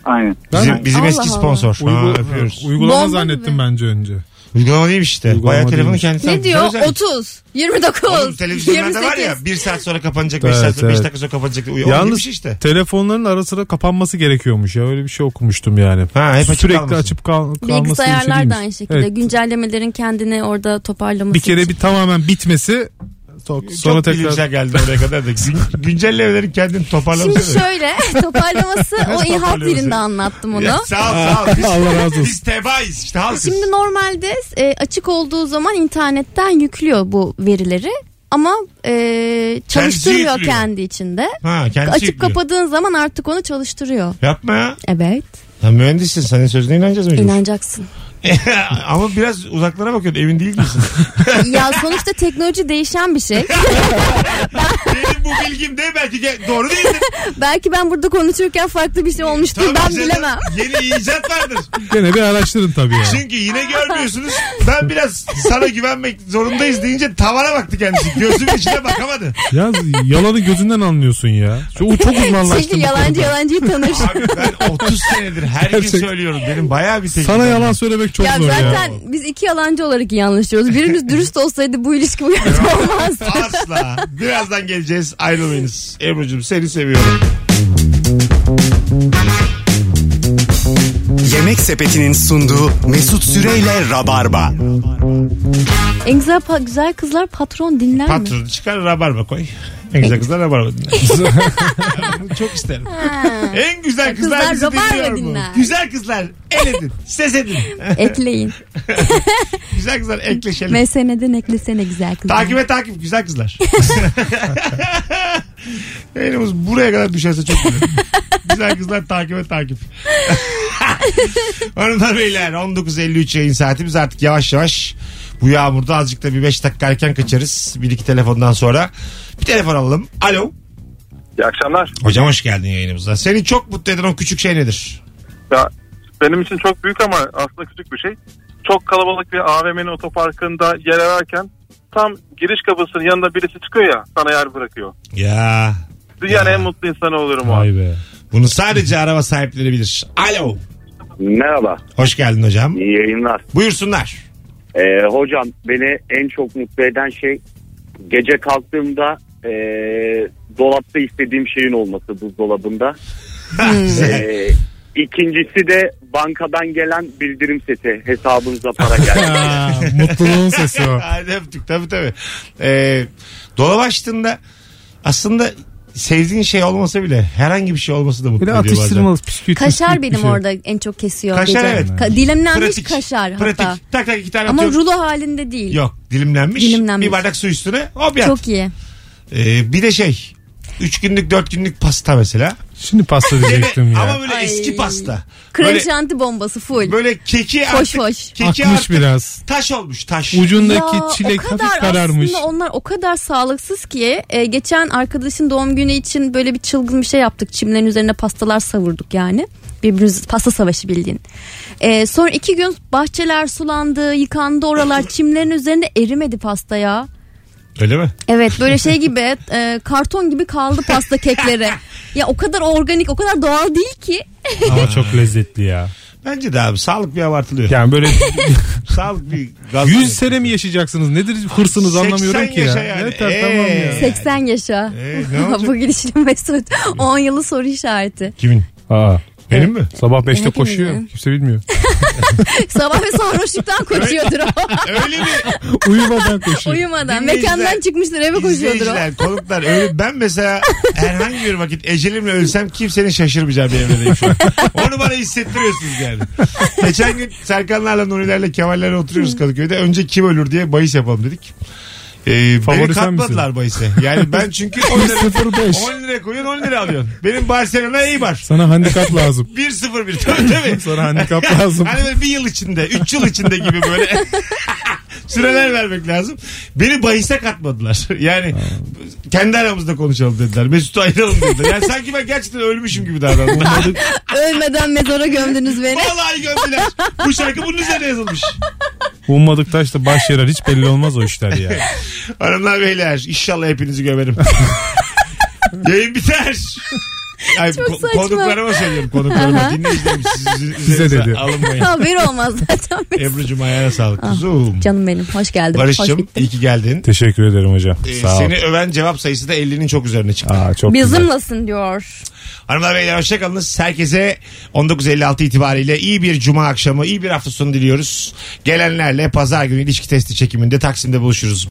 Speaker 6: Aynen.
Speaker 4: Ben
Speaker 2: Bizim, bizim
Speaker 3: Allah
Speaker 2: eski
Speaker 3: Allah.
Speaker 2: sponsor.
Speaker 4: Uygu-
Speaker 2: Ha, öpüyoruz.
Speaker 4: uygulama
Speaker 3: Bomba
Speaker 4: zannettim
Speaker 3: gibi.
Speaker 4: bence önce.
Speaker 2: Uygulama değilmiş işte.
Speaker 4: Uygulama
Speaker 2: Bayağı telefonu
Speaker 4: değilmiş.
Speaker 2: kendisi.
Speaker 3: Ne
Speaker 2: almış.
Speaker 3: diyor?
Speaker 2: Güzel.
Speaker 3: 30, 29,
Speaker 2: Oğlum televizyonlarda
Speaker 3: 28.
Speaker 2: var ya bir saat sonra kapanacak, 5
Speaker 4: Evet,
Speaker 2: saat sonra, beş
Speaker 4: evet.
Speaker 2: dakika sonra kapanacak. Uy- Yalnız...
Speaker 4: Yalnız
Speaker 2: işte.
Speaker 4: telefonların ara sıra kapanması gerekiyormuş ya. Öyle bir şey okumuştum yani.
Speaker 2: Ha, hep açık
Speaker 4: Sürekli
Speaker 2: kalmasın.
Speaker 4: açıp kal- kalması diye bir şey
Speaker 3: Bilgisayarlar da
Speaker 4: değilmiş.
Speaker 3: aynı şekilde.
Speaker 4: Evet.
Speaker 3: Güncellemelerin kendini orada toparlaması
Speaker 4: Bir kere
Speaker 3: için.
Speaker 4: bir tamamen bitmesi tok- sonra
Speaker 2: Çok bilimsel
Speaker 4: tekrar
Speaker 2: geldi oraya kadar da. Gün- Güncellemelerin kendini toparlaması.
Speaker 3: Şimdi şöyle toparlaması o iyi halk
Speaker 2: Toparlaması.
Speaker 3: dilinde anlattım onu.
Speaker 2: Ya sağ ol sağ ol. Biz,
Speaker 4: Allah razı olsun.
Speaker 2: biz tebaayız işte halkız.
Speaker 3: Şimdi normalde e, açık olduğu zaman internetten yüklüyor bu verileri ama e, çalıştırmıyor
Speaker 2: yüklüyor.
Speaker 3: kendi içinde.
Speaker 2: ha, kendisi
Speaker 3: Açıp
Speaker 2: yüklüyor.
Speaker 3: kapadığın zaman artık onu çalıştırıyor.
Speaker 2: Yapma ya.
Speaker 3: Evet.
Speaker 2: Sen mühendissin. Senin sözüne inanacağız mı?
Speaker 3: İnanacaksın.
Speaker 2: Ama biraz uzaklara bakıyorsun. Evin değil misin?
Speaker 3: ya sonuçta teknoloji değişen bir şey.
Speaker 2: Benim bu bilgim de belki ge- doğru değildir.
Speaker 3: Belki ben burada konuşurken farklı bir şey olmuştur
Speaker 2: Tamam,
Speaker 3: ben
Speaker 2: zaten
Speaker 3: bilemem.
Speaker 2: Yeni icat vardır.
Speaker 4: gene bir araştırın tabii ya.
Speaker 2: Çünkü yine görmüyorsunuz. Ben biraz sana güvenmek zorundayız deyince tavana baktı kendisi. Gözümün içine bakamadı.
Speaker 4: ya yalanı gözünden anlıyorsun ya. Şu, o çok uzmanlaştın.
Speaker 3: Çünkü
Speaker 4: bu
Speaker 3: yalancı
Speaker 4: konuda.
Speaker 3: yalancıyı tanır.
Speaker 2: Abi ben 30 senedir her gün
Speaker 4: Gerçekten.
Speaker 2: söylüyorum. Benim bayağı bir tecrübem
Speaker 4: Sana
Speaker 2: var.
Speaker 4: yalan söylemek çok
Speaker 3: ya
Speaker 4: zor
Speaker 3: zaten
Speaker 4: ya.
Speaker 3: biz iki yalancı olarak iyi anlaşıyoruz. Birimiz dürüst olsaydı bu ilişki bu yerde olmazdı.
Speaker 2: Asla. Birazdan geleceğiz. Ayrılmayınız. Ebru'cum seni seviyorum.
Speaker 1: Yemek Sepeti'nin sunduğu Mesut Süreyle Rabarba.
Speaker 3: en güzel, pa- güzel kızlar patron dinler mi?
Speaker 2: Patronu çıkar rabarba koy. En güzel kızlar rabarba dinler. Bunu Çok isterim. en güzel kızlar,
Speaker 3: Kızlar
Speaker 2: bizi
Speaker 3: rabarba
Speaker 2: dinliyor mu?
Speaker 3: dinler.
Speaker 2: Güzel kızlar el edin. Ses edin.
Speaker 3: Ekleyin.
Speaker 2: güzel kızlar ekleşelim.
Speaker 3: MSN'den eklesene güzel kızlar.
Speaker 2: Takibe takip güzel kızlar. Yayınımız buraya kadar düşerse çok güzel. güzel kızlar takibe takip. Hanımlar beyler 19.53 yayın saatimiz artık yavaş yavaş bu yağmurda azıcık da bir 5 dakika erken kaçarız. Bir iki telefondan sonra. Bir telefon alalım. Alo.
Speaker 7: İyi akşamlar.
Speaker 2: Hocam hoş geldin yayınımıza. Seni çok mutlu eden o küçük şey nedir?
Speaker 7: Ya, benim için çok büyük ama aslında küçük bir şey. Çok kalabalık bir AVM'nin otoparkında yer ararken tam giriş kapısının yanında birisi çıkıyor ya sana yer bırakıyor.
Speaker 2: Ya
Speaker 7: Dünyanın
Speaker 2: Ya.
Speaker 7: en mutlu insanı olurum o an.
Speaker 4: Vay be.
Speaker 2: bunu sadece araba sahipleri bilir. Alo.
Speaker 10: Merhaba,
Speaker 2: Hoş geldin hocam.
Speaker 10: iyi yayınlar.
Speaker 2: Buyursunlar.
Speaker 10: Ee, hocam beni en çok mutlu eden şey gece kalktığımda ee, dolapta istediğim şeyin olması buzdolabında.
Speaker 3: Hmm.
Speaker 2: Güzel.
Speaker 10: Ee, ikincisi de bankadan gelen bildirim seti hesabınıza para geldi.
Speaker 4: Ha, mutluluğun sesi o.
Speaker 2: Hadi öptük tabii tabii. Ee, dolap açtığında aslında sevdiğin şey olmasa bile herhangi bir şey olması da mutlu
Speaker 4: Böyle
Speaker 2: ediyor bazen.
Speaker 4: atıştırmalık bisküvit.
Speaker 3: Kaşar
Speaker 4: bisküvit bir
Speaker 3: benim
Speaker 4: şey.
Speaker 3: orada en çok kesiyor.
Speaker 2: Kaşar
Speaker 3: gece.
Speaker 2: evet.
Speaker 3: Ka- dilimlenmiş
Speaker 2: Pratik.
Speaker 3: kaşar
Speaker 2: Pratik.
Speaker 3: hatta.
Speaker 2: Tak tak iki tane
Speaker 3: Ama
Speaker 2: atıyorum.
Speaker 3: rulo halinde değil.
Speaker 2: Yok dilimlenmiş.
Speaker 3: Dilimlenmiş.
Speaker 2: Bir bardak su üstüne hop yat.
Speaker 3: Çok iyi.
Speaker 2: Ee, bir de şey. Üç günlük dört günlük pasta mesela.
Speaker 4: Şimdi pasta diyecektim ya.
Speaker 2: Ama böyle
Speaker 3: Ay.
Speaker 2: eski pasta.
Speaker 3: Krem
Speaker 2: Böyle-
Speaker 3: şanti bombası full.
Speaker 2: Böyle keki
Speaker 3: Foş
Speaker 2: artık.
Speaker 3: foş.
Speaker 2: Keki
Speaker 4: Akmış
Speaker 2: artık
Speaker 4: biraz.
Speaker 2: Taş olmuş taş.
Speaker 4: Ucundaki
Speaker 3: Ya,
Speaker 4: çilek hafif
Speaker 3: aslında
Speaker 4: kararmış.
Speaker 3: onlar o kadar sağlıksız ki e, geçen arkadaşın doğum günü için böyle bir çılgın bir şey yaptık. Çimlerin üzerine pastalar savurduk yani. Birbirimiz pasta savaşı bildiğin. E, sonra iki gün bahçeler sulandı, yıkandı oralar. Çimlerin üzerinde erimedi pasta ya.
Speaker 2: Öyle mi?
Speaker 3: Evet böyle şey gibi e, karton gibi kaldı pasta kekleri. ya o kadar organik o kadar doğal değil ki.
Speaker 4: Ama çok lezzetli ya.
Speaker 2: Bence de abi sağlık bir abartılıyor.
Speaker 4: Yani böyle
Speaker 2: Sağlık bir gaz.
Speaker 4: 100 sene mi yaşayacaksınız? Nedir hırsınız
Speaker 2: 80
Speaker 4: anlamıyorum ki
Speaker 2: yaşa
Speaker 4: ya.
Speaker 2: yani.
Speaker 4: Evet, evet, E,
Speaker 2: Ee.
Speaker 4: tamam ya.
Speaker 3: 80 yaşa.
Speaker 2: Ee, ne olacak?
Speaker 3: Bu gidişli Mesut 10 yılı soru işareti.
Speaker 2: Kimin?
Speaker 4: Aa,
Speaker 2: Benim mi?
Speaker 4: Sabah 5'te
Speaker 3: Hepimizin.
Speaker 4: koşuyor. Kimse bilmiyor.
Speaker 3: Sabah ve sarhoşluktan koşuyordur o.
Speaker 2: Öyle mi?
Speaker 4: Uyumadan koşuyor.
Speaker 3: Uyumadan.
Speaker 2: Dinleyiciler-
Speaker 3: Mekandan çıkmıştır eve koşuyordur o.
Speaker 2: İzleyiciler, konuklar öyle ben mesela herhangi bir vakit ecelimle ölsem kimsenin şaşırmayacağı bir evredeyim şu an. Onu bana hissettiriyorsunuz yani. Geçen gün Serkanlarla, Nurilerle, Kemallerle oturuyoruz Kadıköy'de. Önce kim ölür diye bahis yapalım dedik. Ee,
Speaker 4: Favori
Speaker 2: beni
Speaker 4: sen
Speaker 2: katmadılar bahise. Yani ben çünkü 10 lira,
Speaker 4: 0-5.
Speaker 2: 10 lira koyuyorsun 10 lira alıyorsun. Benim Barcelona iyi var.
Speaker 4: Sana handikap lazım.
Speaker 2: 1-0-1 tabii tabii.
Speaker 4: Sana handikap lazım.
Speaker 2: Hani böyle bir yıl içinde, üç yıl içinde gibi böyle süreler vermek lazım. Beni bahise katmadılar. Yani kendi aramızda konuşalım dediler. Mesut'u ayıralım dediler. Yani sanki ben gerçekten ölmüşüm gibi davrandılar.
Speaker 3: Ölmeden mezara gömdünüz beni.
Speaker 2: Vallahi gömdüler. Bu şarkı bunun üzerine yazılmış.
Speaker 4: Ummadık taş da baş yarar. Hiç belli olmaz o işler ya.
Speaker 2: Hanımlar beyler inşallah hepinizi gömerim. Yayın biter. Ay,
Speaker 3: Çok
Speaker 2: ko-
Speaker 3: saçma.
Speaker 2: konuklarıma söylüyorum konuklarıma. Dinleyicilerim siz üzerinize
Speaker 4: dedi.
Speaker 2: alınmayın.
Speaker 3: Haberi olmaz zaten.
Speaker 2: Ebru'cum ayağına sağlık. Zoom.
Speaker 3: Canım benim. Hoş geldin. Hoş
Speaker 2: Barış'cım
Speaker 3: gittin.
Speaker 2: iyi ki geldin.
Speaker 4: Teşekkür ederim hocam.
Speaker 2: Ee,
Speaker 4: Sağ ol.
Speaker 2: seni öven cevap sayısı da 50'nin çok üzerine çıktı.
Speaker 4: Aa, çok güzel.
Speaker 3: Bizimlasın diyor.
Speaker 2: Hanımlar beyler hoşçakalınız. Herkese 19.56 itibariyle iyi bir cuma akşamı, iyi bir hafta sonu diliyoruz. Gelenlerle pazar günü ilişki testi çekiminde Taksim'de buluşuruz.